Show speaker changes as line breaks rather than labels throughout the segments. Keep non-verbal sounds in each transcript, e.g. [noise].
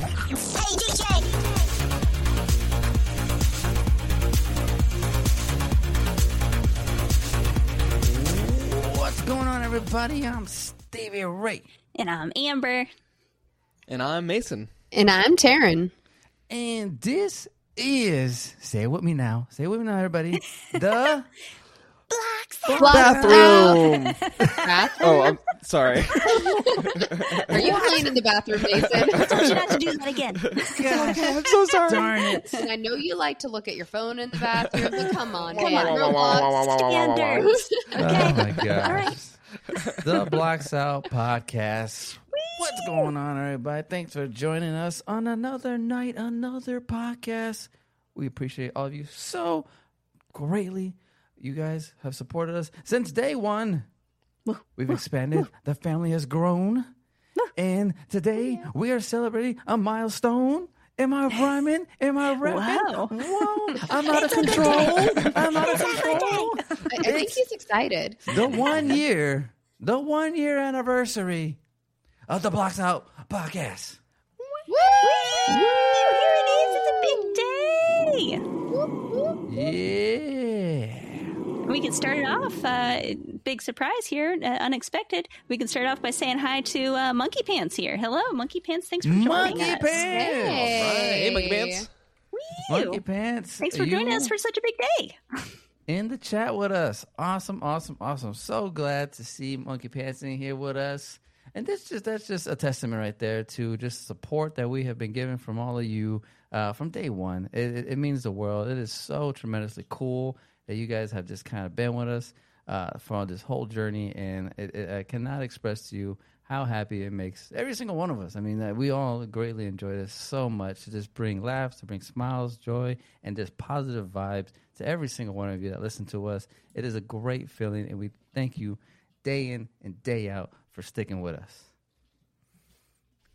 Hey, DJ.
What's going on, everybody? I'm Stevie Ray.
And I'm
[laughs]
Amber.
And I'm Mason.
And I'm Taryn.
And this is, say it with me now, say it with me now, everybody,
[laughs]
the
Bathroom.
[laughs]
bathroom?
Oh, I'm
[laughs]
sorry.
Are you playing in the bathroom, Mason? [laughs]
Told you not to do
[laughs]
that again.
God [laughs]
I'm so sorry.
darn it.
and I know you like to look at your phone in the bathroom, but come on,
Come
man.
on.
Relax.
Standards.
Oh,
Okay.
my gosh. The Blocks Out Podcast. What's going on, everybody? Thanks for joining us on another night, another podcast. We appreciate all of you so greatly. You guys have supported us since day one. We've expanded, the family has grown. And today we are celebrating a milestone. Am I rhyming? Am I rapping?
Wow.
Whoa. I'm out of control. I'm out of control.
I, I think he's excited.
The one year, the one year anniversary of the Blocks Out podcast.
Here it is. It's a big day.
Yeah.
We can start it off. Uh, big surprise here, uh, unexpected. We can start off by saying hi to uh, Monkey Pants here. Hello, Monkey Pants. Thanks for joining
Monkey
us.
Pants.
Hey, Monkey Pants.
Woo!
Monkey Pants.
Thanks for
you
joining us for such a big day.
in the chat with us. Awesome, awesome, awesome. So glad to see Monkey Pants in here with us. And this just that's just a testament right there to just support that we have been given from all of you uh, from day one. It, it, it means the world. It is so tremendously cool that you guys have just kind of been with us uh, for this whole journey, and it, it, I cannot express to you how happy it makes every single one of us. I mean, that we all greatly enjoy this so much to just bring laughs, to bring smiles, joy, and just positive vibes to every single one of you that listen to us. It is a great feeling, and we thank you day in and day out for sticking with us.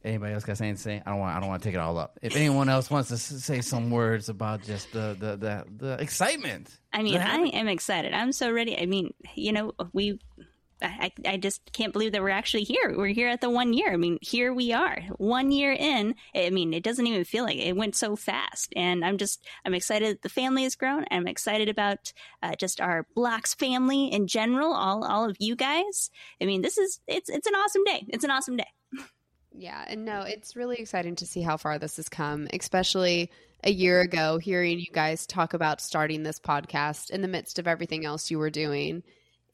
Anybody else got anything to say? I don't want. I don't want to take it all up. If anyone else wants to s- say some words about just the the the, the excitement, [laughs]
I mean,
Yeah.
I am excited. I'm so ready. I mean, you know, we. I, I I just can't believe that we're actually here. We're here at the one year. I mean, here we are, one year in. I mean, it doesn't even feel like it, It went so fast. And I'm just, I'm excited that the family has grown. I'm excited about uh, just our Blocks family in general, all all of you guys. I mean, this is it's it's an awesome day. It's an awesome day.
Yeah, and no, it's really exciting to see how far this has come, especially a year ago, hearing you guys talk about starting this podcast in the midst of everything else you were doing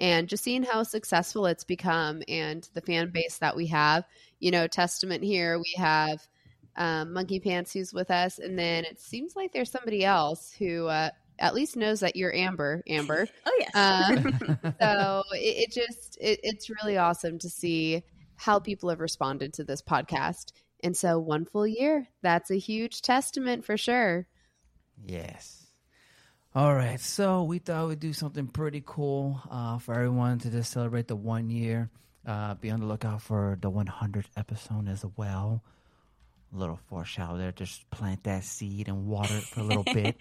and just seeing how successful it's become and the fan base that we have. You know, testament here, we have um, Monkey Pants who's with us, and then it seems like there's somebody else who uh, at least knows that you're Amber, Amber.
Oh yes.
Um, so [laughs] it, it just it, it's really awesome to see how people have responded to this podcast. And so one full year, that's a huge testament for sure.
Yes. All right. So we thought we'd do something pretty cool uh, for everyone to just celebrate the one year. Uh, be on the lookout for the 100th episode as well. A little foreshadow there. Just plant that seed and water it for a little bit.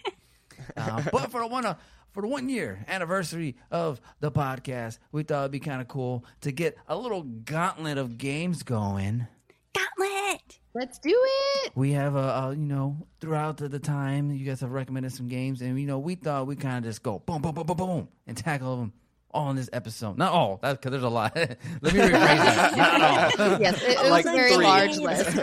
Uh, but for the one uh, for the one year anniversary of the podcast, we thought it'd be kind of cool to get a little gauntlet of games going.
Gauntlet.
Let's do
[laughs]
it.
We have a, uh you know throughout the, the time you guys have recommended some games, and you know we thought we kind of just go boom, boom, boom, boom, boom, and tackle them all in this episode. Not all, that's because there's a lot. [laughs] Let me rephrase
[laughs]
that. Not all.
Yes, it, it
Like
was a very
three. [laughs]
large list.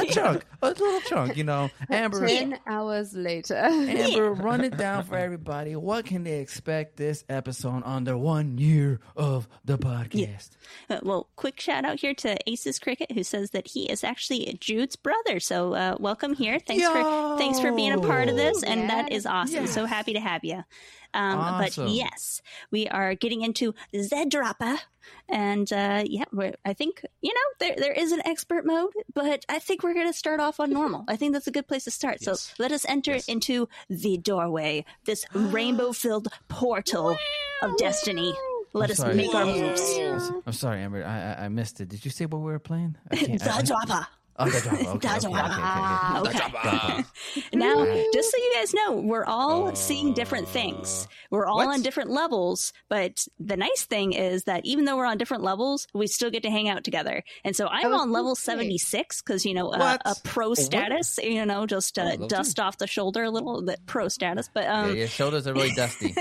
a chunk, a little chunk, you
[laughs]
know. Amber,
[laughs] Ten hours later.
Amber, run it down for everybody. What can they expect this episode under one year of the podcast?
Uh, well, quick shout out here to Aces Cricket, who says that he is actually Jude's brother. So uh, welcome here. Thanks
Yo!
for thanks for being a part of this, and that
Yes.
is awesome. So
Yes.
happy to have you. Um,
Awesome.
But yes, we are getting into Zedrapa, and uh, yeah, we're, I think you know there there is an expert mode, but I think we're going to start off on normal. I think that's a good place to start.
Yes.
So let us enter into the doorway, this rainbow filled portal of destiny. Let
I'm
us
sorry.
make our moves. [laughs]
I'm sorry, Amber. I, I I missed it. Did you say what we were playing? I
The
can't- I- I-
Dropper.
Oh, the
[laughs]
Java. Okay, okay, okay, okay, okay.
Uh-huh. Ah, Okay. [laughs]
Java.
now,
Right.
just so you guys know, we're all seeing different
Mm-hmm. Uh,
things. We're all
what?
on different levels, but the nice thing is that even though we're on different levels, we still get to hang out together. And so I'm
Oh,
on level
that's great.
76 because, you know, uh,
What?
a pro status, you know, just
Oh,
uh,
level two.
dust off the shoulder a little, the pro status. But
Yeah,
um,
your shoulders are really
[laughs]
dusty.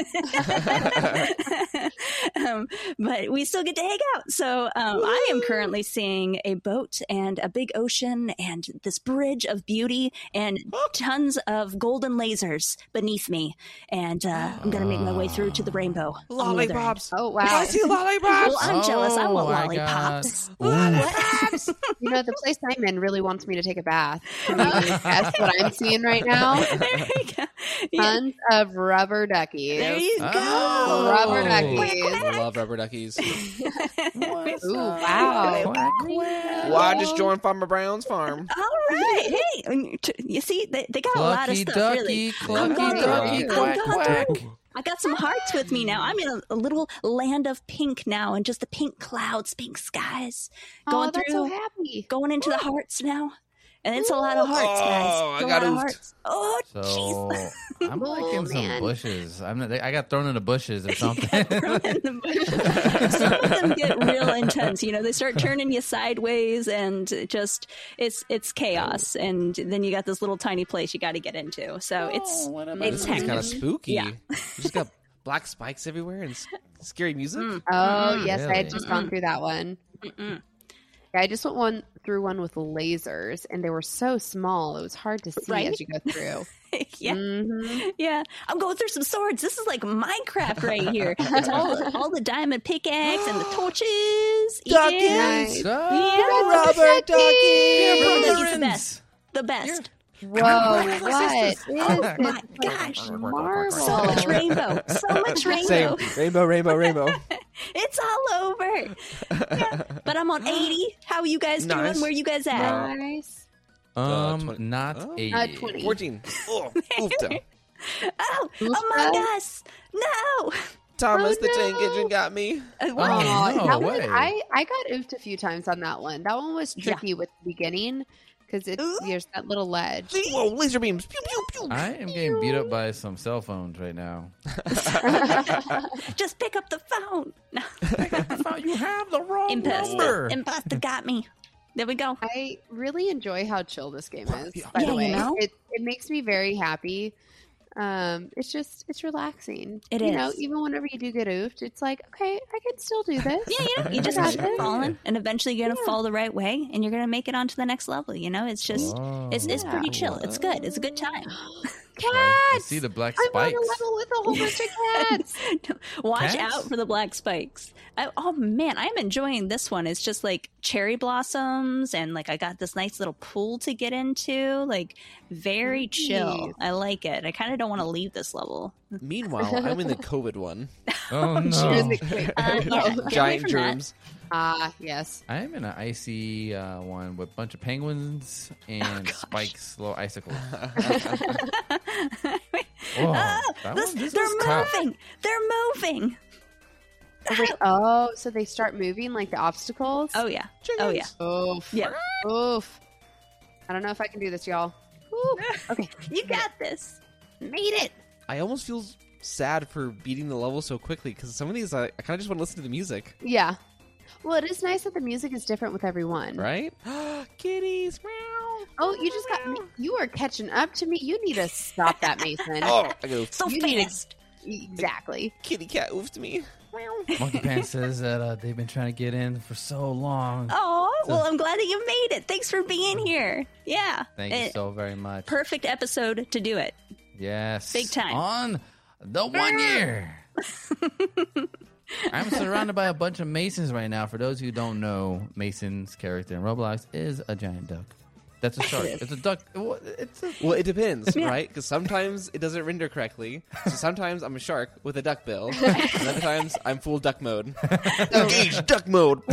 um, but we still get to hang out. So um, I am currently seeing a boat and a big ocean and this bridge of beauty and tons of golden lasers beneath me. And uh, I'm going to make my way through to the rainbow. on the other end.
Lollipops.
Oh
If I
[laughs]
wow!
see lollipops.
Well, I'm jealous. I
Oh,
want
my
lollipops. [laughs]
lollipops.
you know the place I'm in really wants me to take a bath. Can you
[laughs]
guess what I'm seeing right now?
there you go. [laughs] Yeah,
Tons of rubber duckies.
there you go.
Oh.
Rubber duckies.
I love rubber duckies.
Ooh, wow.
Quack,
well, I just joined Farmer Brown's farm.
All right. Hey, and t- you see, they, they got a lot of
Clucky
stuff,
ducky,
really.
clucky
going
through.
ducky,
I'm
quack,
going
quack.
I got some hearts with me now. I'm in a, a little land of pink now, and just the pink clouds, pink skies, going
oh, that's
through,
so happy.
going into the hearts now, and it's a lot of hearts,
Oh,
guys. It's
I
a
got
lot of
oofed.
hearts. Oh, jeez.
[laughs]
[laughs]
So I'm
Oh,
like in some
man.
bushes. I'm not, I got thrown in the bushes or something. [laughs]
Thrown in the bush. Some of them get real intense. You know, they start turning you sideways, and it just it's it's chaos. And then you got this little tiny place you got to get into. So it's
Oh,
what am I
it's
doing?
It's kind of
hectic.
spooky.
Yeah.
You just got black spikes everywhere and s- scary music.
Mm.
Oh yes, I
Really?
had just gone through that one.
Mm-mm.
Yeah, I just went one through one with lasers, and they were so small it was hard to see
Right?
as you go through.
[laughs] yeah.
Mhm.
Yeah, I'm going through some swords. This is like Minecraft right here. It's all, all the diamond pickaxe and the torches. Yeah,
Nice.
Yeah.
Rubber
Rubber
ducky.
You're
ducky's the best. the
You're-
best. Oh
Whoa!
Christ,
What?
sisters.
is
My
this
gosh,
marvel?
So much rainbow. So
[laughs]
much rainbow.
Uh, Same. Rainbow, rainbow, rainbow.
[laughs] It's all over. Yeah, But I'm on 80. How you guys
Nice.
doing? Where you guys at?
Nice.
Um,
Uh, twenty-
not
Oh.
eighty.
Uh, 20.
14.
[laughs]
Oh, oofta.
Oh,
Oof,
among
guys.
us. No.
Thomas
Oh,
the Tank
no.
Engine got me.
Uh,
Oh,
what?
Aw,
no
that
way.
one, I, I got oofed a few times on that one. That one was
Yeah.
tricky with the beginning because it's
Ooh.
there's that little
[laughs]
ledge. [laughs]
Whoa, laser beams. Pew, pew, pew.
I am getting beat up by some cell phones right now.
[laughs] Just pick up the phone. No.
you have the wrong
Imposter. Imposter got me. There we go.
I really enjoy how chill this game is.
Yeah.
By
Yeah,
the
you
way,
know?
it it makes me very happy. Um, it's just it's relaxing.
It
you know,
is.
even whenever you do get oofed, it's like okay, I can
[laughs]
still do this.
Yeah, you know, you just
Yeah.
keep falling, and eventually you're gonna fall the right way, and you're gonna make it onto the next level. You know, it's just it's it's
yeah.
pretty chill. It's good. It's a good time.
I
Cats.
Oh, see the black
I'm on a
spikes.
level with a whole bunch of
[laughs]
cats.
Watch
Cats?
out for the black spikes. I, oh man, I'm enjoying this one. It's just like cherry blossoms, and like I got this nice little pool to get into. Like very chill.
Nice.
I like it. I kind of don't want to leave this level.
Meanwhile, I'm in the COVID one.
Oh
Here's
no!
the quick-
Uh, [laughs] yeah, get away
Giant
from that.
germs.
Ah, yes.
I am in an icy uh, one with a bunch of penguins
Oh,
and spikes, little icicles.
[laughs]
[laughs]
Whoa, that
This-
one- Oh, this
Ah, they're
one's tough.
moving. They're moving.
I was like, oh, so they start moving like the obstacles.
Oh yeah. Oh yeah.
Oof.
Yeah.
Oof. I don't know if I can do this, y'all.
[laughs]
Okay.
You got this. Made it.
I almost feel sad for beating the level so quickly because some of these I, I kind of just want to listen to the music,
Yeah. Well, it is nice that the music is different with everyone.
right? [gasps] Kitties. meow.
Oh, you just got me. You are catching up to me. You need to stop that, Mason.
[laughs] Oh, I go.
So
You need to-
fast.
Exactly.
[laughs] Kitty cat oofed me.
Monkey Pants says that uh, they've been trying to get in for so long.
Oh, well, I'm glad that you made it. Thanks for being here. Yeah.
Thank you
Eh,
so very much.
Perfect episode to do it.
Yes.
Big time.
On the one year.
[laughs]
I'm surrounded by a bunch of Masons right now. For those who don't know, Mason's character in Roblox is a giant duck. That's a shark. It's a duck. Well, It's a,
Well, it [laughs] depends, right? Because sometimes it doesn't render correctly. So sometimes I'm a shark with a duck [laughs] bill. and other times I'm full duck [laughs] mode. Engage duck mode.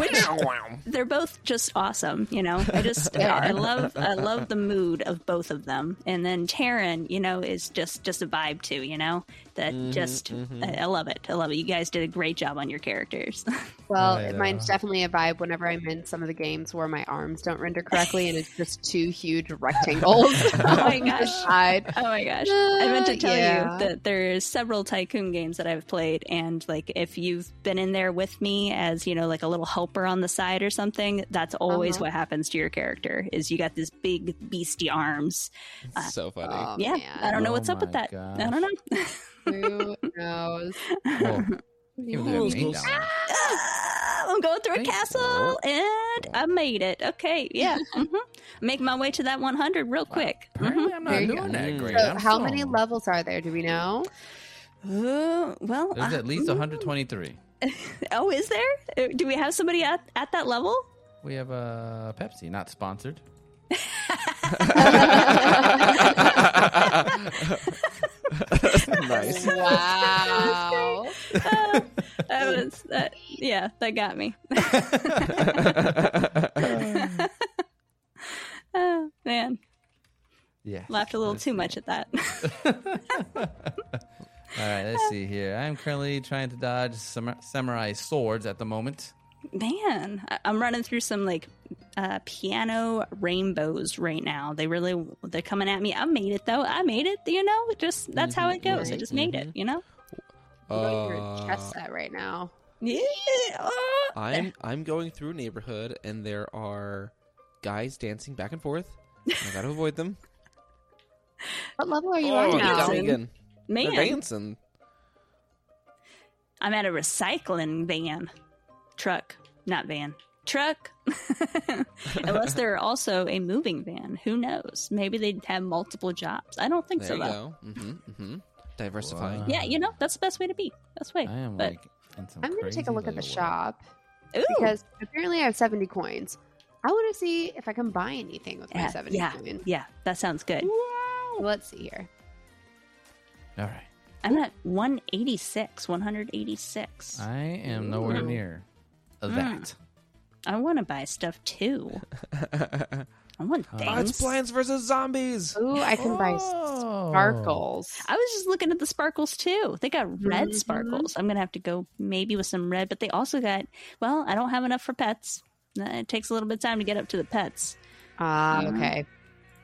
They're both just awesome, you know. I [laughs] just I, I love I [laughs] love the mood of both of them. And then Taryn, you know, is just just a vibe Mm-hmm, too, you know. That just I, I love it. I love it. You guys did a great job on your characters.
Well,
I know.
mine's definitely a vibe whenever I'm in some of the games where my arms don't render correctly and it's just two huge
[laughs]
rectangles.
Oh my
[laughs] on the
gosh.
side.
Oh my gosh.
Uh,
I meant to tell
yeah.
you that there's several tycoon games that I've played and like if you've been in there with me as, you know, like a little helper on the side or something, that's always
Uh-huh.
what happens to your character is you got this big beastie arms. Uh,
[laughs] It's so funny.
Oh,
yeah. I [laughs]
man.
don't know
Oh
what's up with
my
that. I don't know.
Who knows?
Well,
[laughs]
you can do
Rules,
it, ain't
rules.
that one.
Ah, [laughs] I'm going through a
Thanks.
castle and I made it. Okay,
[laughs]
yeah. hmm Make my way to that 100 real quick. Mhm.
Apparently, I'm not
There you
doing
go.
that
Mm.
great.
So
I'm
how
so-
many levels are there? Do
[laughs]
we know?
Uh, well,
There's
I-
at least 123.
Oh, is there? Uh, Do we have somebody at, at that level?
We have uh, Pepsi, not sponsored.
[laughs] nice.
[laughs]
Wow.
Uh, that was that. Yeah, that got me. [laughs] oh man,
Yeah.
laughed a little too
[laughs]
much at that. [laughs]
All right, let's see here. I'm currently trying to dodge sam- samurai swords at the moment.
man, I, I'm running through some like uh, piano rainbows right now. They really they're coming at me. I made it though. I made it. You know, just that's how it goes. I
mhm,
just made it. You know.
You're a
Uh,
chess set right now.
Yeah. Oh.
I'm I'm going through a neighborhood and there are guys dancing back and forth. and I gotta avoid them.
What level are you
oh,
on
they got
now?
me again. They're
man,
dancing.
I'm at a recycling van, truck, not van, truck. [laughs] Unless they're also a moving van. Who knows? Maybe they have multiple jobs. I don't think
There
so
you
though.
go. hmm hmm Diversifying.
Wow.
Yeah, you know that's the best way to be. Best way.
I am
But-
like in some
I'm going to take
crazy
a look at the
little world.
shop
Ooh.
because apparently I have 70 coins. I want to see if I can buy anything with my
Yeah,
70
yeah.
coins.
yeah, that sounds good.
Let's see here.
All right.
I'm at 186, 186.
I am nowhere
Ooh.
near
Mm.
that.
I want to buy stuff too.
[laughs]
I want things.
Oh, it's Plants versus Zombies.
Ooh, I can buy s-
Oh.
sparkles.
I was just looking at the sparkles too. They got red
Mhm.
sparkles. I'm gonna have to go maybe with some red, but they also got. Well, I don't have enough for pets. Uh, It takes a little bit of time to get up to the pets.
Ah,
Mhm.
okay.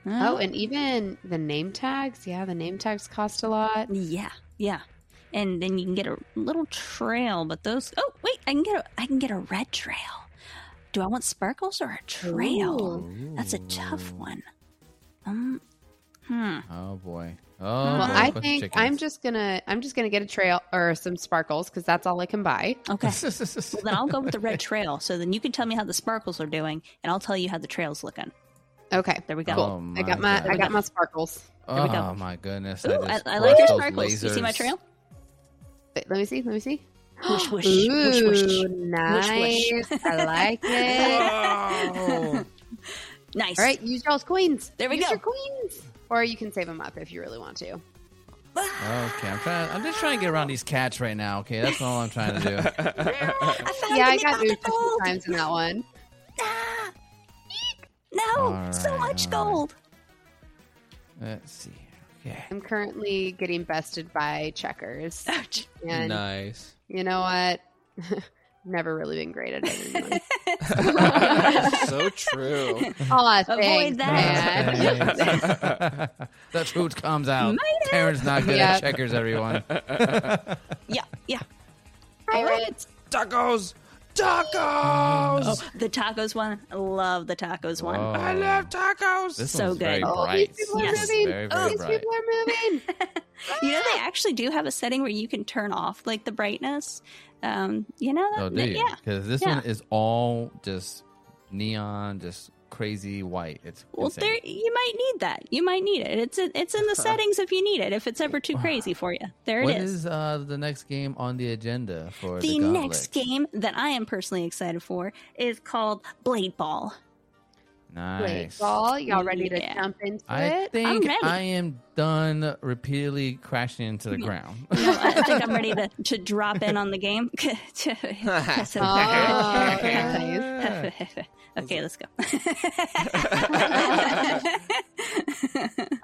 Uh,
Oh, and even the name tags. Yeah, the name tags cost a lot.
yeah, yeah. And then you can get a little trail, but those. Oh wait, I can get a. I can get a red trail. Do I want sparkles or a trail?
Ooh.
That's a tough one. Um, hmm.
Oh boy. Oh,
Well,
boy,
I
with
think
chickens.
I'm just gonna I'm just gonna get a trail or some sparkles because that's all I can buy. [laughs]
Okay.
[laughs]
well, then I'll go with the red trail. So then you can tell me how the sparkles are doing, and I'll tell you how the trail's looking.
Okay,
There
[laughs]
we go.
Oh,
I got
my
my
God.
I got my sparkles.
There we go.
Oh my goodness!
Ooh, I,
just
I like your
crushed those
sparkles. You see my
lasers.
trail?
Wait, let me see. Let me see.
Whoosh, whoosh, whoosh,
Ooh,
whoosh.
nice.
Whoosh,
I like
[laughs]
it.
Wow. [laughs]
Nice.
All right, use y'all's coins.
There we
use
go.
Your coins, or you can save them up if you really want to.
Ah,
Okay, I'm trying. I'm just trying to get around these cats right now. Okay, that's all I'm trying to
[laughs]
do.
I found the
yeah, I got
nipple
moved a few
gold.
times in that one.
Ah. Eek. No,
All
so
right,
much
all right.
gold.
Let's see. Okay.
I'm currently getting bested by checkers,
Ouch.
and
nice.
you know what? [laughs] Never really been great
[laughs]
at anyone.
so true.
Aw,
Avoid
thanks,
that.
man.
[laughs] the truth comes out. Taryn's not good
Yeah.
at checkers, everyone.
[laughs] Yeah, yeah.
Pirates.
Tacos. Tacos.
Oh, the tacos one. I love the tacos
Whoa.
one.
I love tacos.
This
So
one's very
good.
Oh,
bright.
these people are
Yes.
moving.
Very,
oh,
very
these
bright.
people are moving.
You know, they actually do have a setting where you can turn off like the brightness. Um, you know
Oh,
that?
do you?
yeah.
Because this
Yeah.
one is all just neon, just crazy white. It's
Well,
insane.
there you might need that. You might need it. It's
[laughs]
it's in the settings if you need it. If it's ever too crazy for you, there
What
it is.
is uh, the next game on the agenda for the,
the
gauntlet?
next game that I am personally excited for is called Blade
[laughs]
Ball.
Nice.
Ball, y'all ready to
Yeah.
jump into
I
it?
think
ready.
I am done repeatedly crashing into
[laughs]
the ground. [laughs]
You know, I think I'm ready to, to drop in on the game. [laughs] So-
Oh,
[laughs] okay, let's
[laughs]
go.
All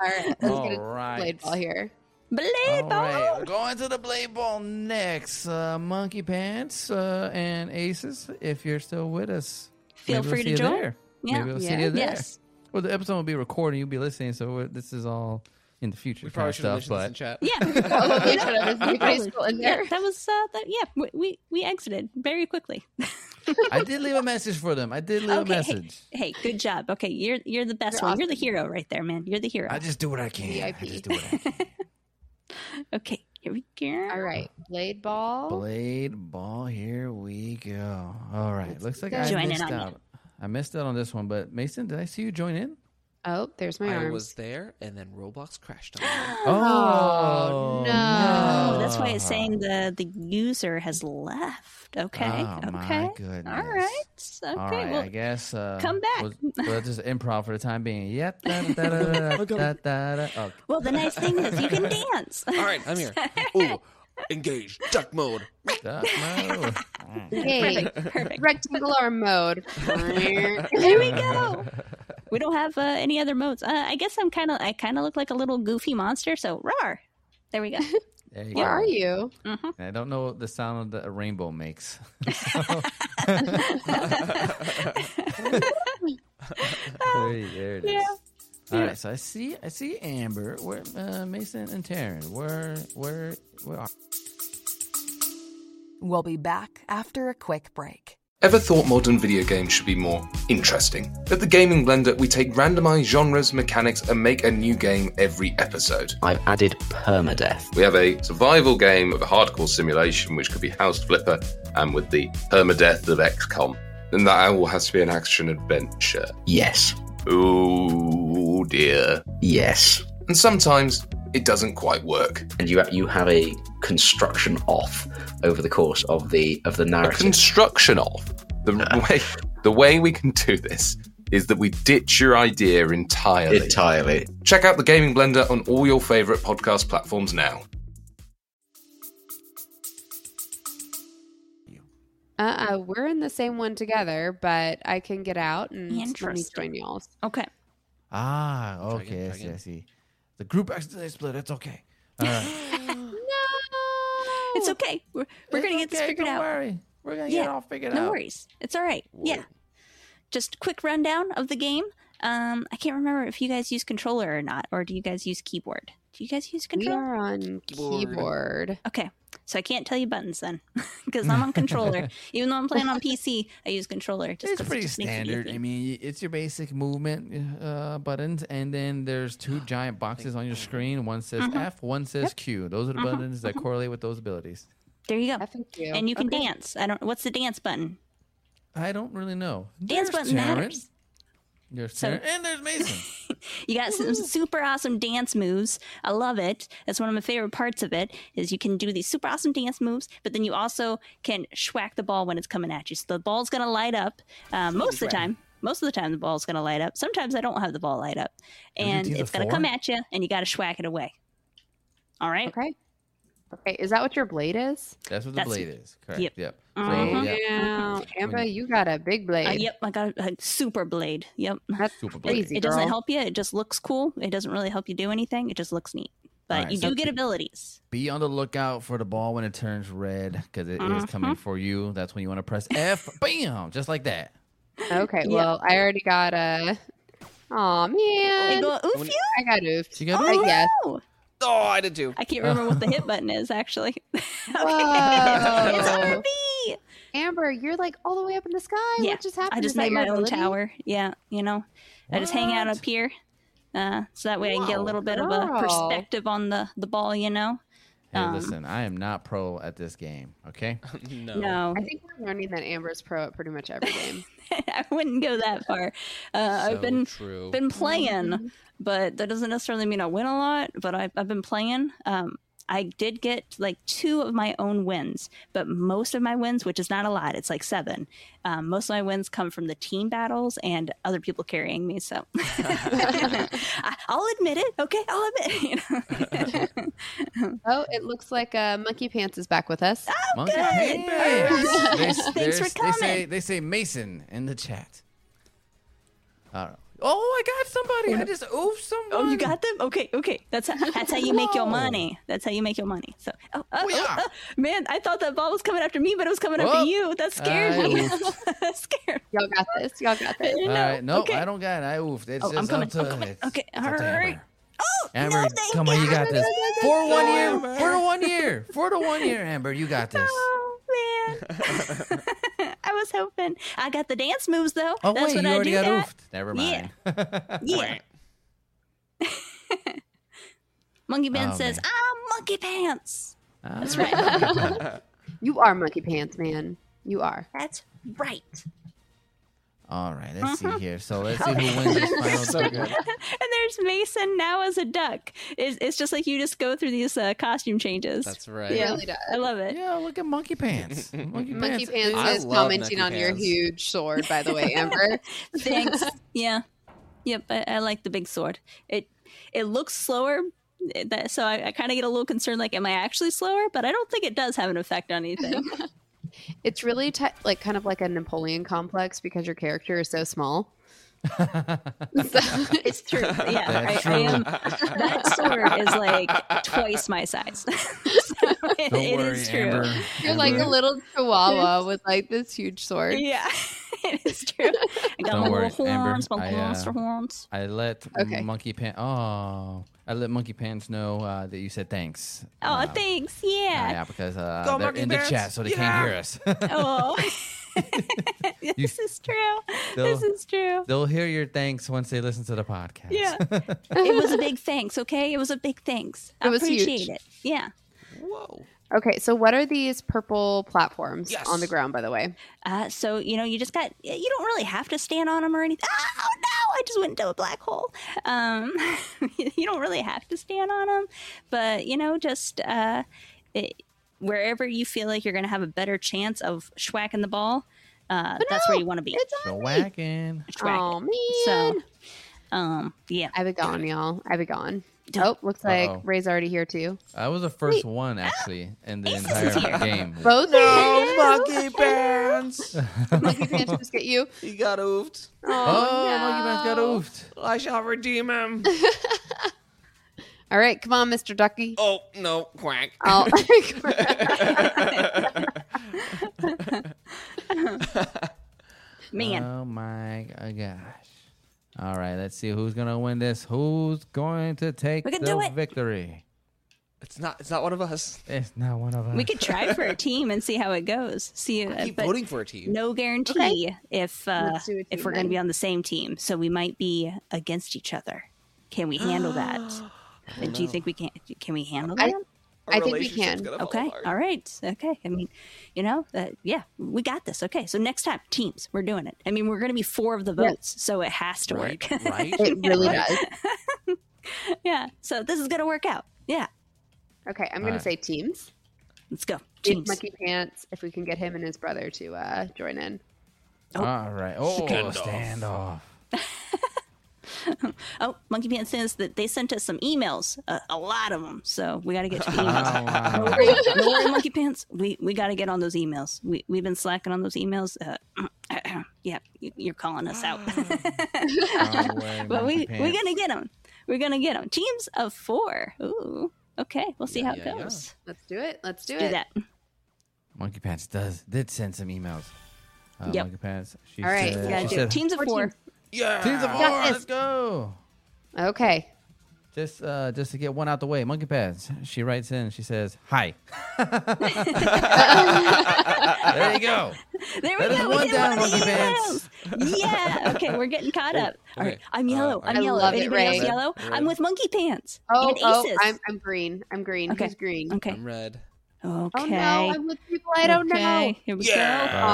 right, let's get
All
a blade
right.
[laughs]
ball here.
Blade
All
ball.
right, we're going to the blade ball next. Uh, Monkey Pants uh, and Aces, if you're still with us,
Feel
maybe we'll
free to
see you
join.
There.
Yeah.
Maybe we'll see
Yeah.
you there.
Yes.
Well, the episode will be recording. You'll be listening, so we're, this is all in the future
We
kind
probably
of
should have
stuff.
mentioned this in
But
chat.
[laughs]
Yeah.
Probably Oh, should have. Everybody's still in
yeah,
there.
that was uh, that. Yeah, we, we we exited very quickly.
I did leave a message for them. I did leave
Okay,
a
hey,
message.
Hey, good job. Okay, you're you're the best
You're
one.
awesome.
You're the hero right there, man. You're the hero.
I just do what I can. I
VIP.
just do what
[laughs]
I can.
Okay, here we go. [gasps]
All right, blade ball.
Blade ball, here we go. All right, looks like I
Join in
missed
on
out. I missed out on this one, but Mason, did I see you join in?
Oh, there's my
I
arms.
was there, and then Roblox crashed
[laughs]
on me.
Oh, no.
Oh, that's why
Ah.
it's saying the the user has left. Okay.
Oh, my
okay.
goodness.
All right. Okay.
All right,
well,
I guess. Uh,
come back.
We'll, we'll just improv for the time
[laughs]
being. Yep. da- da- da- da- da- da- da- da- oh,
well, the nice thing
[laughs]
is you can dance. [laughs]
All right, I'm here. Ooh, engage duck mode.
[laughs]
duck mode. Mm,
Yay.
perfect. Perfect.
Rectangle arm
[laughs]
mode.
There
[laughs]
we go. We don't have uh, any other modes. Uh, I guess I'm kind of I kind of look like a little goofy monster. So roar. There we go.
There you
Where
go.
are you?
I don't know what the sound that a rainbow makes. [laughs] there, you- there it is.
Yeah.
All right, so I see, I see Amber. Where uh, Mason and Taryn? Where, where, where are?
We'll be back after a quick break.
Ever thought modern video games should be more interesting? At the Gaming Blender, we take randomized genres, mechanics, and make a new game every episode.
I've added permadeath.
We have a survival game of a hardcore simulation, which could be House Flipper, and with the permadeath of XCOM. Then that all has to be an action adventure.
Yes.
Ooh dear.
Yes.
And sometimes it doesn't quite work.
And you you have a construction off over the course of the of the
a
narrative.
construction of the
[laughs]
way the way we can do this is that we ditch your idea entirely.
Entirely.
Check out the Gaming Blender on all your favorite podcast platforms now.
Uh uh-uh, uh, we are in the same one together, but I can get out and let me
Interesting. [gasps]
join y'all.
Okay.
Ah,
again,
okay,
try
I see, I
again.
see. The group accidentally split. It's okay. All right,
No, Oh,
It's okay. We're, [laughs] we're gonna get this figured
don't
out.
Worry. We're gonna get
Yeah,
it all figured
No
out.
worries. It's all right. Yeah. Just quick rundown of the game. Um, I can't remember if you guys use controller or not, or do you guys use keyboard? Do you guys use
We
controller?
are on
Keyboard.
keyboard.
Okay. So I can't tell you buttons then, [laughs]
[laughs]
because I'm on controller. Even though I'm playing on PC, I use controller. Just 'cause
it's
it
pretty
just makes it
standard.
easy.
I mean, y- it's your basic movement uh, buttons, and then there's
[gasps]
two giant boxes on your
um,
screen. One says
mm-hmm.
F, one says Q. Those are the buttons that correlate with those abilities.
there you go.
F and Q.
And you can
Okay.
dance. I don't. What's the dance button?
I don't really know. There's
Dance button
Taryn.
matters.
There's
So-
Taryn. and there's Mason.
[laughs] You got some super awesome dance moves. I love it. That's one of my favorite parts of it is you can do these super awesome dance moves, but then you also can schwack the ball when it's coming at you. So the ball's gonna light up um, most of the time. Most of the time, the ball's gonna light up. Sometimes I don't have the ball light up,
Every
and
team's a
it's gonna
four?
come at you, and you gotta schwack it away. All right.
Okay. Okay. Is that what your blade is?
That's what the
That's-
blade is. Correct. Yep.
Yep.
So,
Mhm.
yeah.
Yeah. Amber, you got a big blade.
Uh, yep, I got a, a super blade. Yep.
That's
Super blade.
crazy.
it doesn't
girl.
help you. It just looks cool. It doesn't really help you do anything. It just looks neat. But
Alright,
you
so-
do get abilities.
Be on the lookout for the ball when it turns red because it is
Mm-hmm.
coming for you. That's when you want to press F. Bam! Just like that.
Okay. Well, I already got a. Aw,
They
man.
go, oof
when-
you.
I got oofed.
You got
I
oofed?
guess.
Oh,
Oh, I did too.
I can't remember what the hit button is actually. [laughs] okay. It's
Whoa.
RB.
Amber, you're like all the way up in the sky.
Yeah,
What just happened?
I
Is
just
that
made
your
my own
ability?
tower. Yeah, you know, I just hang out up here, uh, so that way I can get a little bit of a
Girl.
perspective on the the ball. You know.
Hey,
Um,
listen, I am not pro at this game. Okay.
No.
No,
I think we're learning that Amber's pro at pretty much every game.
[laughs] I wouldn't go that far. Uh,
So
I've been
true.
been [laughs]
Mm-hmm.
playing, but that doesn't necessarily mean I win a lot. But I've, I've been playing. Um, I did get like two of my own wins, but most of my wins, which is not a lot, it's like seven. Um, most of my wins come from the team battles and other people carrying me. So [laughs] I, I'll admit it. Okay, I'll admit. [laughs] It,
[laughs]
you know?
oh, it looks like uh, Monkey Pants is back with
Ah!
us.
Monkey
good.
pants. They,
[laughs]
there's-
Thanks for
They say,
coming.
they say Mason in the chat. All right. Oh, I got somebody. I just oofed someone.
Oh, you got them? Okay, okay. That's how, that's how you make your money. That's how you make your money. So, oh, oh, oh,
Yeah.
oh, man, I thought that ball was coming after me, but it was coming
Whoa.
after you. That scared
I
me. [laughs]
oofed.
that scared.
Y'all got this. Y'all got
[laughs]
this.
me.
All right, no,
okay.
I don't got it. I oofed. It's
Oh, I'm
just
coming,
up to
I'm coming.
it's-
Okay,
it's up to
all
Amber.
right. Oh,
Amber,
no, they
come on, you
got
got
it.
this. Four to one year, four to one year, four to one year. Amber, you got this.
Oh,
[laughs]
man. [laughs] I was hoping. I got the dance moves, though.
Oh
That's
wait,
what
you
I
already
do
got
that.
oofed. Never
Yeah.
mind. [laughs]
Yeah. [laughs] monkey Ben
Oh,
says,
man.
I'm Monkey Pants.
That's
right.
You are monkey pants, man. You are.
That's right.
All right, let's
[laughs]
see here. So let's see who wins this final.
[laughs] So good.
and there's Mason now as a duck. It's, it's just like you just go through these uh, costume changes.
That's right.
It really does.
I love it.
Yeah, look at Monkey Pants. Monkey,
Monkey
Pants.
Pants
I
is
love
commenting
monkey
on your
pants.
huge sword, by the way,
[laughs]
Amber.
Thanks. yeah. Yep. I, I like the big sword. It it looks slower. eh, That, so I, I kind of get a little concerned. Like, am I actually slower? But I don't think it does have an effect on anything.
It's really ti like kind of like a Napoleon complex because your character is so [laughs] small. So-
it's true. Yeah.
That's
I, I am, that sword is like twice my size. [laughs] So it-
Don't
it
worry,
is true.
Amber.
[laughs] you're like a
Amber.
little chihuahua with like this huge sword.
Yeah. [laughs] it is true. I got
Don't
my
worry,
little
Amber.
horns, my
I,
little
uh,
monster horns.
I let
Okay.
Monkey Pants. Oh, I let Monkey Pants know uh, that you said thanks.
Oh,
uh,
thanks. Yeah.
Yeah, because uh,
Go,
they're
Monkey
in
Pants.
the chat, so they
Yeah.
can't hear us. [laughs]
Oh. [laughs] this is true. This
They'll-
is true.
They'll hear your thanks once they listen to the podcast.
Yeah. [laughs] It was a big thanks, okay? It was a big thanks. I
It was huge.
appreciate it. Yeah.
Whoa.
Okay, so what are these purple platforms
Yes.
on the ground, by the way?
Uh, so, you know, you just got, you don't really have to stand on them or anything. Oh, no, I just went into a black hole. Um, [laughs] you don't really have to stand on them, but, you know, just uh, it, wherever you feel like you're going to have a better chance of schwacking the ball, uh, that's where
no,
you want to be.
It's
So
on me.
whacking.
Schwack
Oh
it.
man.
So, um, yeah.
I've been gone, y'all. I've been gone. Oh, looks like
Uh-oh.
Ray's already here too.
[laughs] I was the first one actually in the
Aces is
entire
here. [laughs]
game.
Both
No, monkey pants.
monkey pants just get Oh, you.
He got oofed.
[laughs] Oh,
Oh,
no.
Monkey Pants got oofed.
I shall redeem him.
All right, come on, Mr. Ducky.
Oh no, quack.
I'll- [laughs]
Man.
Oh my g- gosh. All right, let's see who's going to win this. Who's going to take
We can
the
do it.
victory?
It's not. It's not one of us.
It's not one of us.
We could try
[laughs]
for a team and see how it goes. See,
I
uh,
keep
but
voting for a team.
no guarantee if uh,
Let's do a
if
team
we're going
then.
to be on the same team. So we might be against each other. Can we handle
[gasps]
that? Uh, Do you think we can? Can we handle
I-
that?
Our
I think we
relationship's
can.
gonna fall
okay.
apart.
All right. Okay. I mean, you know, uh, yeah, we got this. Okay. So next time, teams, we're doing it. I mean, we're going to be four of the
Yeah.
votes, so it has to
Right.
work.
Right.
it [laughs] really
Right.
does.
[laughs] yeah. So this is going to work out. Yeah.
Okay, I'm going
Alright.
to say teams.
Let's go.
Teams.
Teams.
Monkey Pants, if we can get him and his brother to uh, join in.
Oh.
All right. Oh,
Standoff.
standoff.
Oh, Monkey Pants says that they sent us some emails, uh, a lot of them. So we got to get to the
Oh,
emails.
wow.
Don't worry, don't worry, Monkey Pants. We we got to get on those emails. We we've been slacking on those emails. Uh, [clears throat] yeah, you- you're calling us out, [laughs]
Don't worry,
but we
Monkey
we're
Pants.
gonna get them. We're gonna get them. Teams of four. Ooh, okay. We'll see
Yeah,
how it
yeah, yeah.
goes.
Let's do it. Let's do,
Do
it.
that.
Monkey Pants does did send some emails. Uh,
Yep.
Monkey Pants. She
All right,
said,
yeah,
Gotta
she
do it.
said,
Teams of
Four
four.
teams.
Yeah.
Teams of four.
Got this.
Let's go.
[laughs] Okay.
Just uh, just to get one out the way, Monkey Pants. She writes in. She says, "Hi." [laughs]
Oh,
there you go.
There [laughs] we
That is
go.
one
We hit
down,
one of the
Monkey
emails. Yeah. Okay, we're getting caught up. All right.
okay.
I'm yellow.
Uh,
I'm
I
yellow.
love it,
Anybody else
Ray.
yellow?
Red.
I'm with Monkey Pants.
Oh,
and
oh
aces.
I'm, I'm green. I'm green.
Okay.
Who's green?
okay.
I'm red.
Okay.
Oh, no. I'm with people I don't know. Oh,
Here we
All
Yeah.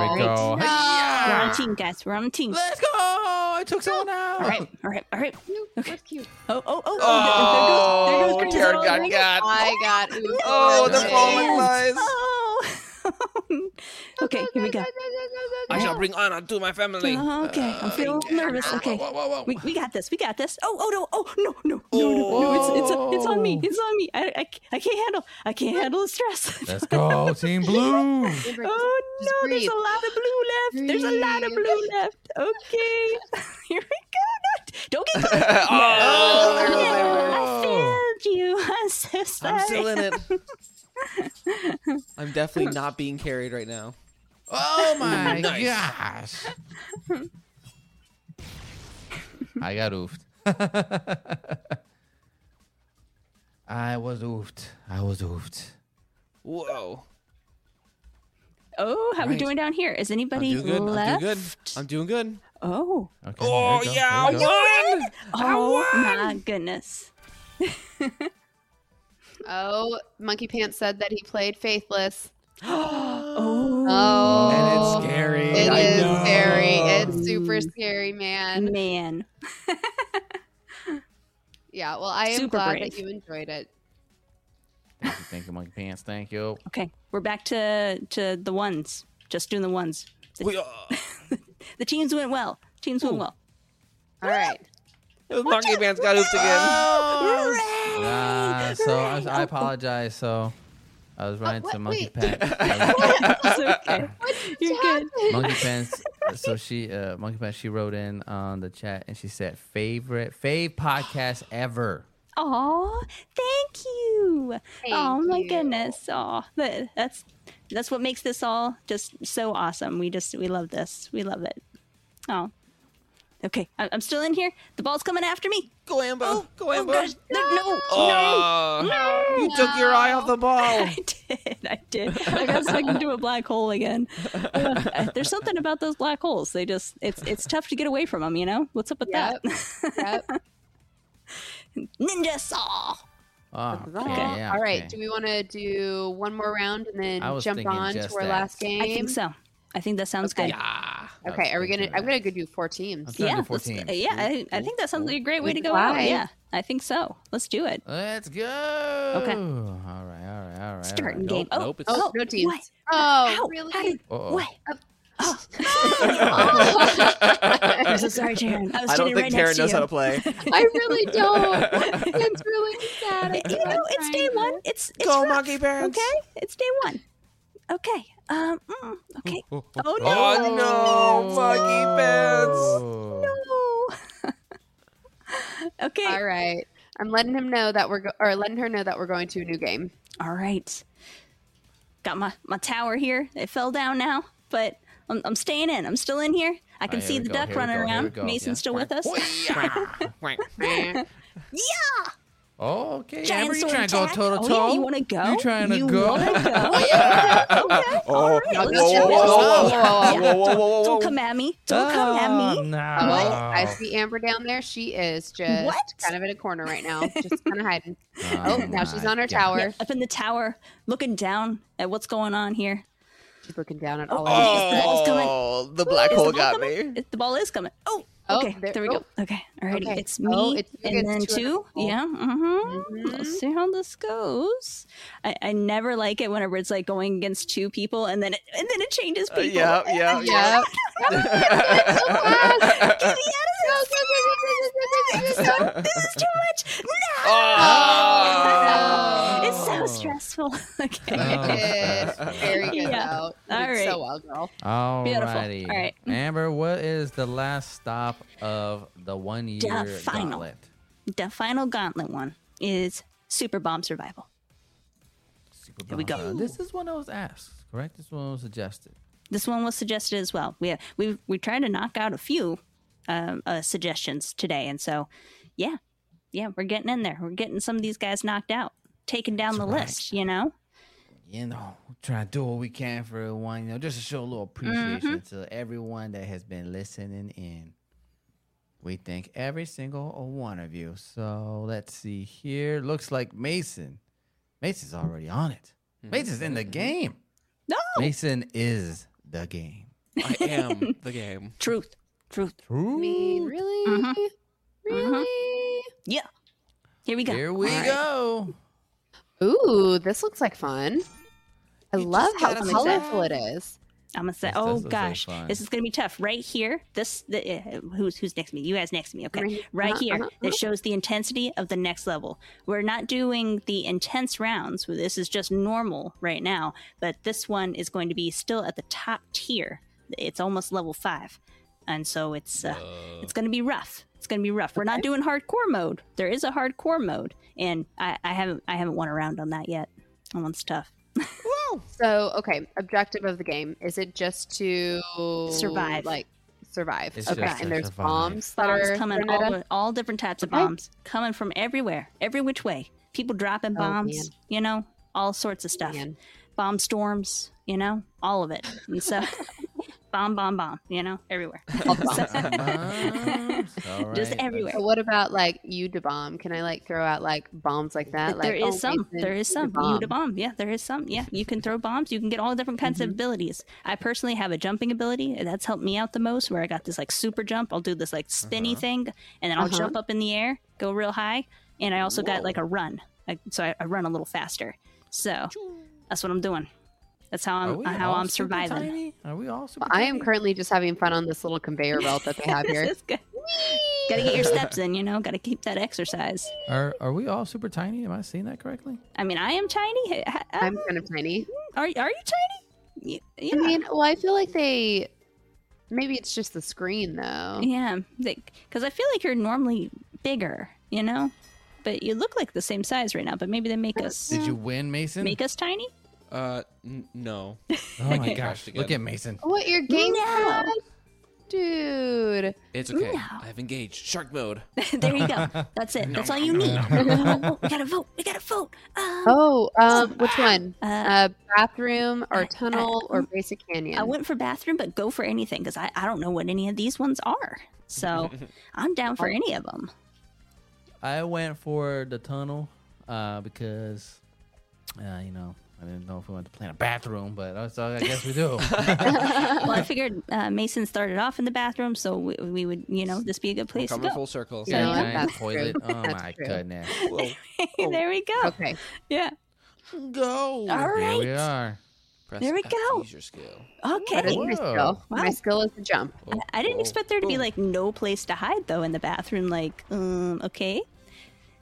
right, here we go.
All right.
Uh,
go. We're on a team, guys. We're on a team.
Let's go. I took someone out.
All right, all right, all right.
Cute. That's cute.
Oh, oh, oh,
Oh,
there goes, there goes Chris
Jared
Rowan.
got
There goes-
got.
I got. oofed.
Oh,
the
they're
Yes.
following lies.
Oh. [laughs] okay, here we go.
go, go, go, go, go,
I shall bring honor to my family.
Oh, okay, I'm feeling a little nervous. Okay,
Whoa, whoa, whoa.
we, we got this. We got this. Oh, oh no! Oh no! No! No! No! no it's, it's it's on me. It's on me. I, I, I can't handle. I can't handle the stress. [laughs]
Let's go, Team Blue.
Amber, just-
Oh
Just
no! There's
breathe.
a lot of blue left. There's a lot of
Breathe.
blue left. Okay, [laughs] here we go. No, don't get. close.
Oh,
No,
Oh.
[laughs] I failed you. [laughs] I'm so sorry.
I'm still in it. [laughs] I'm definitely not being carried right now. [laughs]
Oh my
Nice.
gosh.
[laughs]
I got oofed. [laughs] I was oofed. I was oofed.
Whoa.
Oh, how we
Right.
doing down here? Is
I'm
anybody
doing good. I'm doing
left?
good. I'm doing good.
Oh,
Okay,
Oh,
there you go,
yeah, I
there you go.
won!
oh my goodness.
Oh, Monkey Pants said that he played Faithless.
Oh,
Oh,
And it's scary.
It
I
is
know.
scary. It's super scary, man.
man.
Yeah. Well, I am
Super
glad
brave.
that you enjoyed it.
Thank you, thank you, monkey pants. Thank you.
Okay, we're back to to the ones. Just doing the ones. [laughs]
We, uh,
The teams went well. Teams went well.
All right.
those monkey pants got oofed again.
[laughs]
Uh, so I, I apologize. So I was running to
Uh, what-
monkey
wait. [laughs]
pants.
[laughs] It's okay. You're good.
monkey pants. So she, uh, monkey pants. She wrote in on the chat and she said, "Favorite, fave podcast ever."
Aw, thank you. oh my
you.
goodness. Aw, that, that's that's what makes this all just so awesome. We just we love this. We love it. Oh, okay. I, I'm still in here. The ball's coming after me.
Go Amber. Go
Oh
Amber.
gosh, no, no,
Oh,
[laughs] no.
You took your eye off the
[laughs]
ball.
I did. I did. I got sucked into a black hole again. Ugh, there's something about those black holes. They just it's it's tough to get away from them. You know what's up with
Yep.
that?
Yep.
[laughs] Ninja saw.
Oh, okay, [laughs] yeah,
All right.
okay.
Do we want to do one more round and then
I was
jump
thinking
on to
just
our
that.
last game?
I think so. I think that sounds
Okay.
good.
Ah.
Okay. Are we
Let's
gonna?
do
I'm
that.
gonna go do four teams.
Let's
yeah,
do 14.
let's- uh, yeah. I, I think that sounds like a great way to
Good
go. Out.
vibe.
Yeah, I think so. Let's do it.
Let's go.
Okay.
All right. All right. All right.
Starting
all right.
game. Oh,
nope, it's-
Oh, no teams.
What?
Oh,
How?
really?
How
[laughs]
did-
Uh-oh.
what? Oh.
Oh,
I'm
[laughs]
so sorry, Taryn. I was
I don't
sitting
think
right
Karen
next
knows
to
how
you. [laughs]
to play.
I [laughs] really don't. it's really sad. I'm
You know,
so
it's
sorry.
day one. It's, it's
Go
rough.
monkey pants.
Okay, it's day one. Okay. Um. mm, okay.
Oh,
Oh no.
Oh no, monkey pants. Oh,
[laughs] okay.
All right. I'm letting him know that we're go- or letting her know that we're going to a new game.
All right. Got my, my tower here. It fell down now, but I'm, I'm staying in. I'm still in here. I can
Oh, here
see
we
the
go,
duck
here we
running
go, here we
around.
go.
Mason's
Yeah.
still with us.
Oh, okay.
Giant
Amber, you
sword
trying to go
attack.
toe to
Oh,
toe?
yeah, you wanna go?
You trying to
You
go? [laughs]
wanna go? Okay.
Oh,
All right.
whoa,
Let's
whoa,
jump in.
whoa, whoa,
Yeah.
whoa, whoa, whoa, whoa,
Don't
whoa.
come at me. Don't come
Oh,
at me.
No.
[laughs] What?
Oh.
I see Amber down there. She is just
What?
kind of in a corner right now, just kind of hiding.
Oh,
Oh, now she's
my
on her
God.
tower.
Yeah, up in the tower, looking down at what's going on here.
She's looking down at
Oh.
all of us.
ball's coming.
Oh, the black
Is the
hole
ball
got
coming?
me.
Is- The ball is coming. Oh,
Oh,
okay.
there-
there, we go. Okay. All right.
Okay.
It's me
Oh, it's you
and
against
then
two other
two.
people.
Yeah. Mm-hmm. Let's see how this goes. I, I never like it whenever it's like going against two people and then it, and then it changes
Uh,
people.
yeah, yeah,
[laughs]
yeah.
Yep.
This is
[laughs]
so- this is too much. No.
Oh. Uh-huh.
It's so stressful. [laughs] okay.
Oh,
Yes, very
[laughs]
good.
Yeah.
though. You
All
did So
right.
well, girl.
Beautiful.
Alrighty.
All right.
Amber, what is the last stop of the one year
final.
gauntlet?
The final gauntlet one is Super Bomb Survival.
Super
Here we
Bowl.
go.
Uh, This is one that was asked, correct? This one was suggested.
This one was suggested as well. We we we tried to knock out a few um, uh, suggestions today, and so yeah, yeah, we're getting in there. We're getting some of these guys knocked out, taking down
That's
the
right.
list. You know,
you know, try to do what we can for everyone, you know, just to show a little appreciation
Mm-hmm.
to everyone that has been listening in. We thank every single one of you. So let's see here. Looks like Mason. Mason's already on it. Mason's in the game.
Mm-hmm. no
Mason is the game.
I am the game.
truth, truth.
I mean, really?
Mhm.
Really?
Yeah, here we go.
Here we
All right.
go.
[laughs]
Ooh, this looks like fun. I
You
love
just
how
gotta
colorful
say-
it is.
I'm gonna say,
This-
oh
this looks like
gosh,
fun.
this is gonna be tough. Right here, this the, uh, who's who's next to me? You guys next to me, okay?
Right.
Right,
Uh-huh,
here,
uh-huh,
it shows the intensity of the next level. We're not doing the intense rounds. This is just normal right now, but this one is going to be still at the top tier. It's almost level five, and so it's uh, it's going to be rough. It's going to be rough. We're not doing hardcore mode. There is a hardcore mode, and I, I haven't I haven't won a round on that yet. That one's tough.
So, okay, objective of the game is it just to
Survive.
like survive?
It's
okay,
just to
and there's
survive.
bombs that
bombs
are
coming
thrown at us?
all, all different types of
Okay.
bombs coming from everywhere every which way people dropping bombs
Oh, man. Oh,
you know all sorts of stuff
Man.
bomb storms you know all of it and so [laughs] bomb bomb bomb you know everywhere
[laughs] All the
So-
bombs.
[laughs]
All
Just
right,
everywhere.
But what about like you to bomb? Can I like throw out like bombs like that? Like
there is
oh,
some
Mason,
there is some you to
bomb.
bomb yeah there is some yeah you can throw bombs you can get all different kinds of abilities i personally have a jumping ability and that's helped me out the most where i got this like super jump i'll do this like spinny thing and then i'll
Uh-huh.
jump up in the air go real high and i also
Whoa.
got like a run I, so I, I run a little faster so that's what i'm doing that's how
Are
i'm
we
Um, uh, how
all
i'm
super
surviving
tiny? Are we all super
Well, I am
tiny?
currently just having fun on this little conveyor belt that they
[laughs]
have here.
[laughs] This is good. gotta get your steps in you know gotta keep that exercise
Are, are we all super tiny? Am I seeing that correctly?
i mean i am tiny H- h-
I'm kind of tiny.
are, are you tiny Y- yeah.
I mean, well, I feel like they. Maybe it's just the screen
Oh.
though.
Yeah, because I feel like you're normally bigger, you know, but you look like the same size right now. But maybe they make us
Did you win, Mason?
make us tiny. [laughs]
Uh, n- no.
oh my
Okay.
gosh! Look at Mason.
What your game?
No.
crashed? Dude,
It's okay.
No.
I've engaged. Shark mode.
there you go. That's it. That's all you need. [laughs] Oh, we gotta vote. We gotta vote. Um,
oh, um, which one?
Uh,
Uh, bathroom
I-
or
I-
tunnel or basic canyon?
Mm. I
[laughs]
went for bathroom, but go for anything because I, I don't know what any of these ones are.
[laughs]
So I'm down for any of them.
I went for the tunnel uh, because, uh, you know, I didn't know if we wanted to plan a bathroom, but I, so I guess we
[laughs]
do. [laughs]
Well, I figured uh, Mason started off in the bathroom, so we, we would, you know, this be a good place to
Coming
go. [laughs]
full circle.
Yeah.
Giant
that's
toilet.
true.
Oh
That's
my
true.
goodness!
Whoa.
there we go.
Okay.
Yeah.
Go.
All
Here we
right.
are.
Press
There we
F
go.
to Use your skill.
That is
Okay.
Whoa.
my skill. My
Wow.
skill is the jump.
Oh,
I didn't
oh,
expect there to be
oh.
like no place to hide though in the bathroom. Like, um, okay,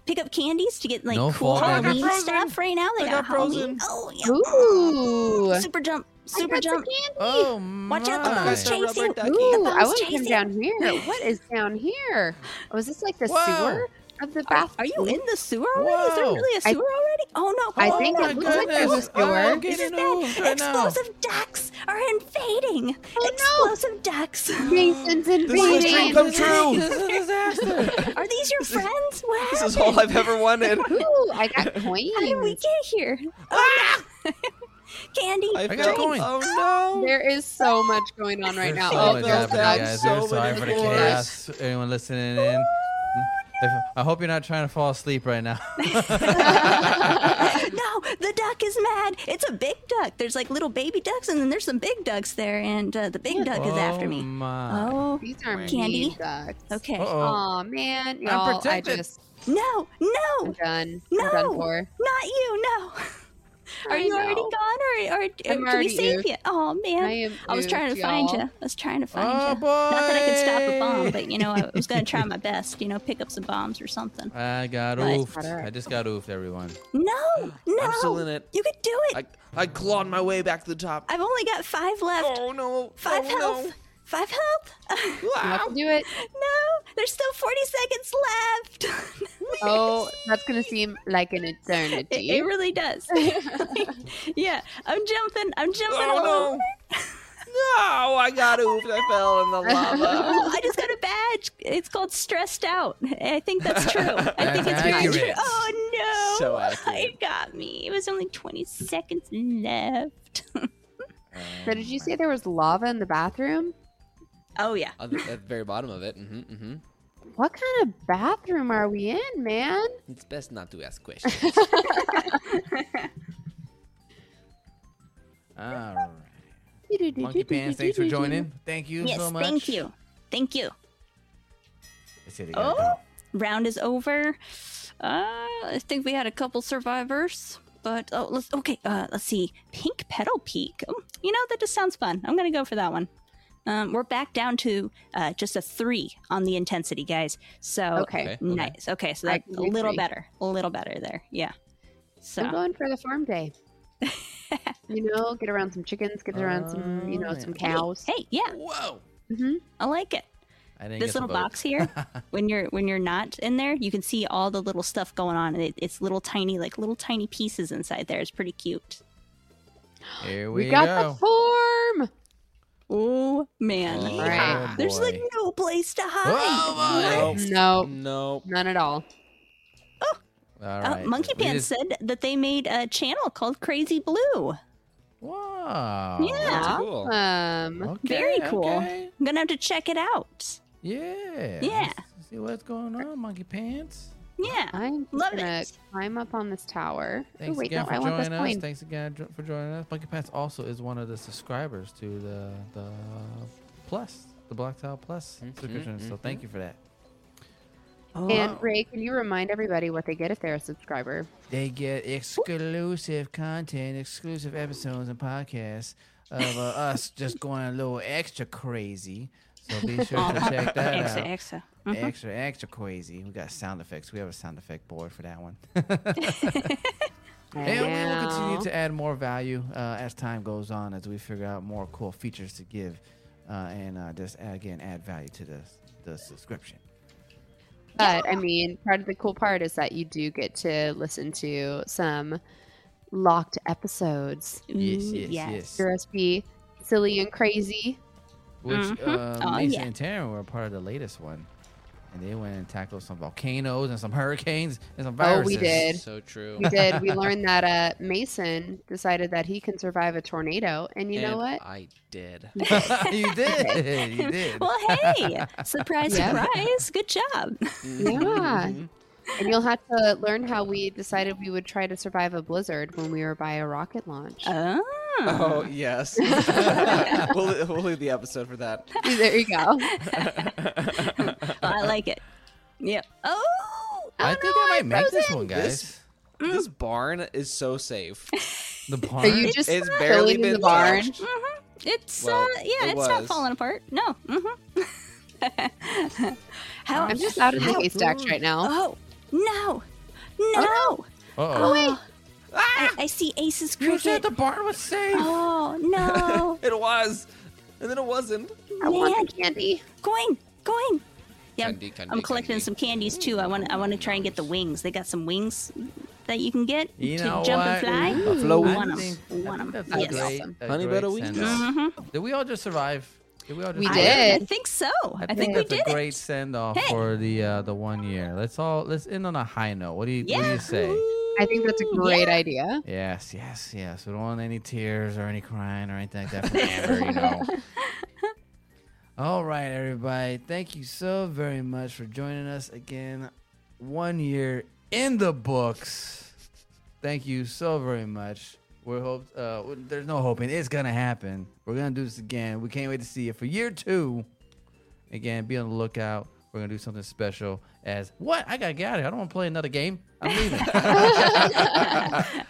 pick up candies to get like
No
cool
fall damage.
Halloween
I got
stuff right now. They
I
got,
got
Halloween.
frozen.
Oh, yeah.
Ooh.
Super jump,
I
super
got some
jump.
candy.
Oh
Watch out, the
my.
phone's
Nice.
chasing.
Rubber ducky.
The
Ooh, I
phone's
want to come
chasing.
down here. What is down
[gasps]
here? Oh, is this like the
Whoa.
sewer of the
Are,
bathroom?
are you in the sewer already? Is there
Whoa.
really a sewer
I-
already? Oh no!
I
oh,
think
my
my
it looks like there's
goodness!
a sewer.
I'm
This is
getting oofed
bad.
right now.
Explosive ducks are invading.
Oh, no.
Explosive ducks.
Mason's
This is a dream
invading.
come [laughs] true.
This is a disaster.
Are these your friends? What
This is
happened?
all I've ever wanted.
Ooh, I
[laughs]
got
How did we
coins.
get here?
Ah!
Oh, no. [laughs] Candy.
I
got
[laughs] felt-
coins.
Oh no.
There is so much going on right
There's
now.
So
Oh,
much
no,
happening,
I'm
guys.
so
We're sorry
many
for the
floors.
chaos. Anyone listening in? If- I hope you're not trying to fall asleep right
[laughs]
now.
[laughs] no, the duck is mad. It's a big duck. There's like little baby ducks, and then there's some big ducks there, and uh, the big duck is after
Oh,
me.
my.
Oh,
These are
Candy.
mean ducks.
okay.
Uh-oh.
Aw, man. Y'all, I
Oh. protected.
just,
No,
I'm
no,
done.
No.
I'm done for.
not you. No. Are
I
you already gone,
know.
or, or, or
I'm
did
already
we save
oofed.
you? Oh man,
I am
was trying
oofed,
to find
y'all.
you. I was trying to find
Oh,
you. Not that I could stop a
boy.
bomb, but you know, I was gonna
[laughs]
try my best. You know, pick up some bombs or something.
I got
Nice.
oofed. I just got oofed, everyone.
No, no.
I'm still in it.
You could do it.
I I clawed my way back to the top.
I've only got five left.
Oh no.
Five
oh,
health.
No.
Five health. [laughs]
You have to do it.
No, there's still 40 seconds left. [laughs]
Oh, that's going to seem like an
it,
eternity.
it really does. [laughs] yeah, I'm jumping. I'm jumping. all
Oh
over.
no. No, I got oofed. I fell in the lava.
Oh, I just got a badge. It's called stressed out. I think that's true. I think
That's
it's really true.
accurate.
Oh no!
So accurate.
It got me. It was only 20 seconds left.
[laughs] so, did you say there was lava in the bathroom?
oh yeah.
At the, at the very bottom of it. Mm-hmm, mm-hmm.
What kind of bathroom are we in, man?
It's best not to ask questions.
All right. Monkey Pants, thanks for joining. Thank you
Yes.
so much.
thank you. Thank you.
I said it
Oh.
again.
Round is over. Uh, I think we had a couple survivors. but oh, let's okay. Uh, let's see, Pink Petal Peak. Oh, you know that just sounds fun. I'm gonna go for that one. Um, we're back down to uh, just a three on the intensity, guys. So
Okay.
Okay.
nice. Okay, so
I
that's
can
a
do
little
three.
better, a little better there. Yeah. So
I'm going for the
[laughs]
farm day. you know, get around some chickens, get around some, you know,
Alright.
some
Hey,
cows.
Oh, Hey, yeah,
Whoa!
hmm
I like it.
I didn't
this
get the vote.
little
[laughs]
box here when you're when you're not in there you can see all the little stuff going on it, it's little tiny like little tiny pieces inside there it's pretty cute
Here we,
We, got
go.
the form.
oh man
Oh,
Right.
there's like
boy.
no place to hide
Oh,
Nope.
No,
[laughs] Nope.
none at all.
All
Uh,
right.
monkey
We
pants
just-
said that they made a channel called crazy blue
Wow.
Yeah.
That's cool.
Um,
Okay,
Very cool.
okay.
i'm gonna have to check it out
Yeah.
Yeah.
Let's see what's going on, monkey pants.
yeah
I'm just
Love
gonna
it.
climb up on this tower.
Thanks
oh wait,
again
no,
for
I want this
joining us.
coin.
Thanks again jo- for joining us. Monkey Pants also is one of the subscribers to the the Plus, the Black Tile Plus subscription. So thank you for that.
Oh.
And Ray, can you remind everybody what they get if they're a subscriber?
They get exclusive content, exclusive episodes and podcasts
[laughs]
of uh, us just going a little extra crazy. So
[laughs]
be sure to check that
Exa,
out.
exa. Mhm.
Extra, extra crazy. We got sound effects. We have a sound effect board for that one. And we will
Wow.
continue to add more value uh, as time goes on, as we figure out more cool features to give, uh, and uh, just add, again add value to the the subscription.
But I mean, part of the cool part is that you do get to listen to some locked episodes.
Yes,
Ooh,
yes, yes.
Hear us be silly and crazy.
Which
Mhm.
uh,
Oh,
Mason
yeah.
and Taryn were a part of the latest one, and they went and tackled some volcanoes and some hurricanes and some
Oh,
viruses.
we did.
So true.
We
[laughs]
did. We learned that uh, Mason decided that he can survive a tornado, and you know
And
what?
I did.
[laughs] you did. You
[laughs]
did.
well
[laughs]
hey surprise
Yeah.
surprise good job
Yeah.
Mm-hmm.
And you'll have to learn how we decided we would try to survive a blizzard when we were by a rocket launch.
oh
Oh yes. [laughs] we'll, we'll leave the episode for that.
[laughs] there you go.
Well, I like it. Yep. Oh,
I think I might make this one, guys.
This- This barn is so safe.
The
Are
barn.
you just
It's
chilling
barely
in
been
the barn?
touched.
it's
Well,
uh, yeah,
it
it's not
was.
falling apart. No. Mm-hmm. [laughs] How?
I'm just out of the
How-
haystacks right now.
Oh no, no!
Uh-oh.
I, I see Ace's
Oh, Ah. You said
cricket.
the barn was safe.
Oh
[laughs]
no,
It was, and then it wasn't.
I want
man!
the candy.
Going, going. Yeah, I'm-
Candy, candy,
I'm collecting
candy.
some candies too. I want I want to try and get the wings. They got some wings that you can get
You
to
know
jump
what?
and fly.
The flow
Ooh,
wings.
want
I
'em.
think- I
Want 'em.
think that's a
Yes.
great,
Awesome.
a
Honey
great
butter wings.
send-off.
Mm-hmm.
Did we all just survive? Did we all just?
We
survive?
did.
I, I think so. I, think, we
that's
did
a
it.
great send off
Hey.
for the uh, the one year. Let's all let's end on a high note. What do you what do
Yeah.
you say?
I think that's a great idea.
Yes, yes, yes. We don't want any tears or any crying or anything like that from Amber, you know. All right, everybody. Thank you so very much for joining us again. One year in the books. Thank you so very much. We hope uh, there's no hoping it's gonna happen. We're gonna do this again. We can't wait to see you for year two. Again, be on the lookout. We're gonna do something special. As what? I gotta get out of here. I don't want to play another game. I'm leaving.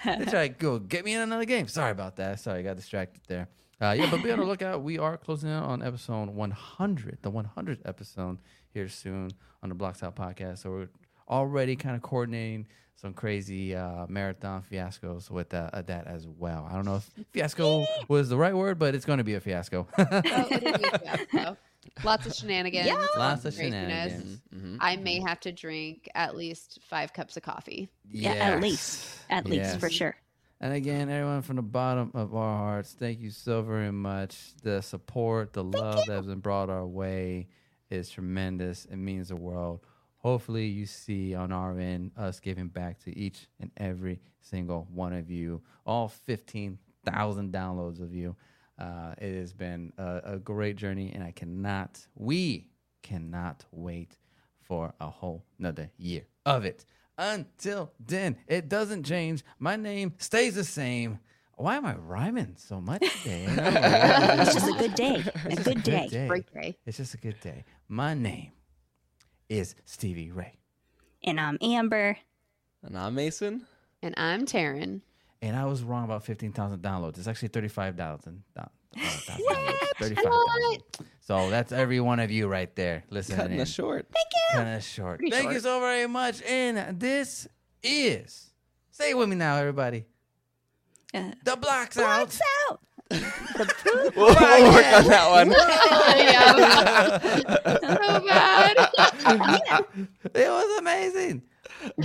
they try to go get me in another game. Sorry about that. Sorry, I got distracted there. Uh, yeah, but be on the lookout. We are closing out on episode 100, the 100th episode here soon on the Blocks Out podcast. So we're already kind of coordinating some crazy uh, marathon fiascos with that, uh, that as well. I don't know if
[laughs]
fiasco was the right word, but it's going to be a fiasco. [laughs]
Oh, it is a fiasco. [laughs] Lots of shenanigans.
Lots of
craziness.
shenanigans.
Mm-hmm.
I may have to drink at least five cups of coffee.
Yeah, at least, at least for
Yes.
sure.
And again, everyone from the bottom of our hearts, thank you so very much. The support, the love that has been brought our way is tremendous. It means the world. Hopefully, you see on our end us giving back to each and every single one of you, all 15,000 downloads of you. Uh, it has been a, a great journey, and I cannot, we cannot wait for a whole another year of it. Until then, it doesn't change. My name stays the same. Why am I rhyming so much today?
It's just a good day. A [laughs] good day.
Great day.
It's just a good day. My name is Stevie Ray.
And I'm um, Amber.
And I'm Mason.
And I'm Taryn.
and I was wrong about fifteen thousand downloads. It's actually thirty-five thousand. uh, Thirty-five thousand.
What?
So that's every one of you right there listening.
Cutting
in
us short.
kind of short. Thank you so very much. And this is say it with me now, everybody.
Uh,
The blocks
Lights
out.
out.
We'll, we'll work on that one.
[laughs] so bad.
It was amazing.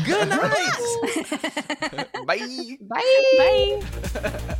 Good night.
Bye.
Bye.
Bye.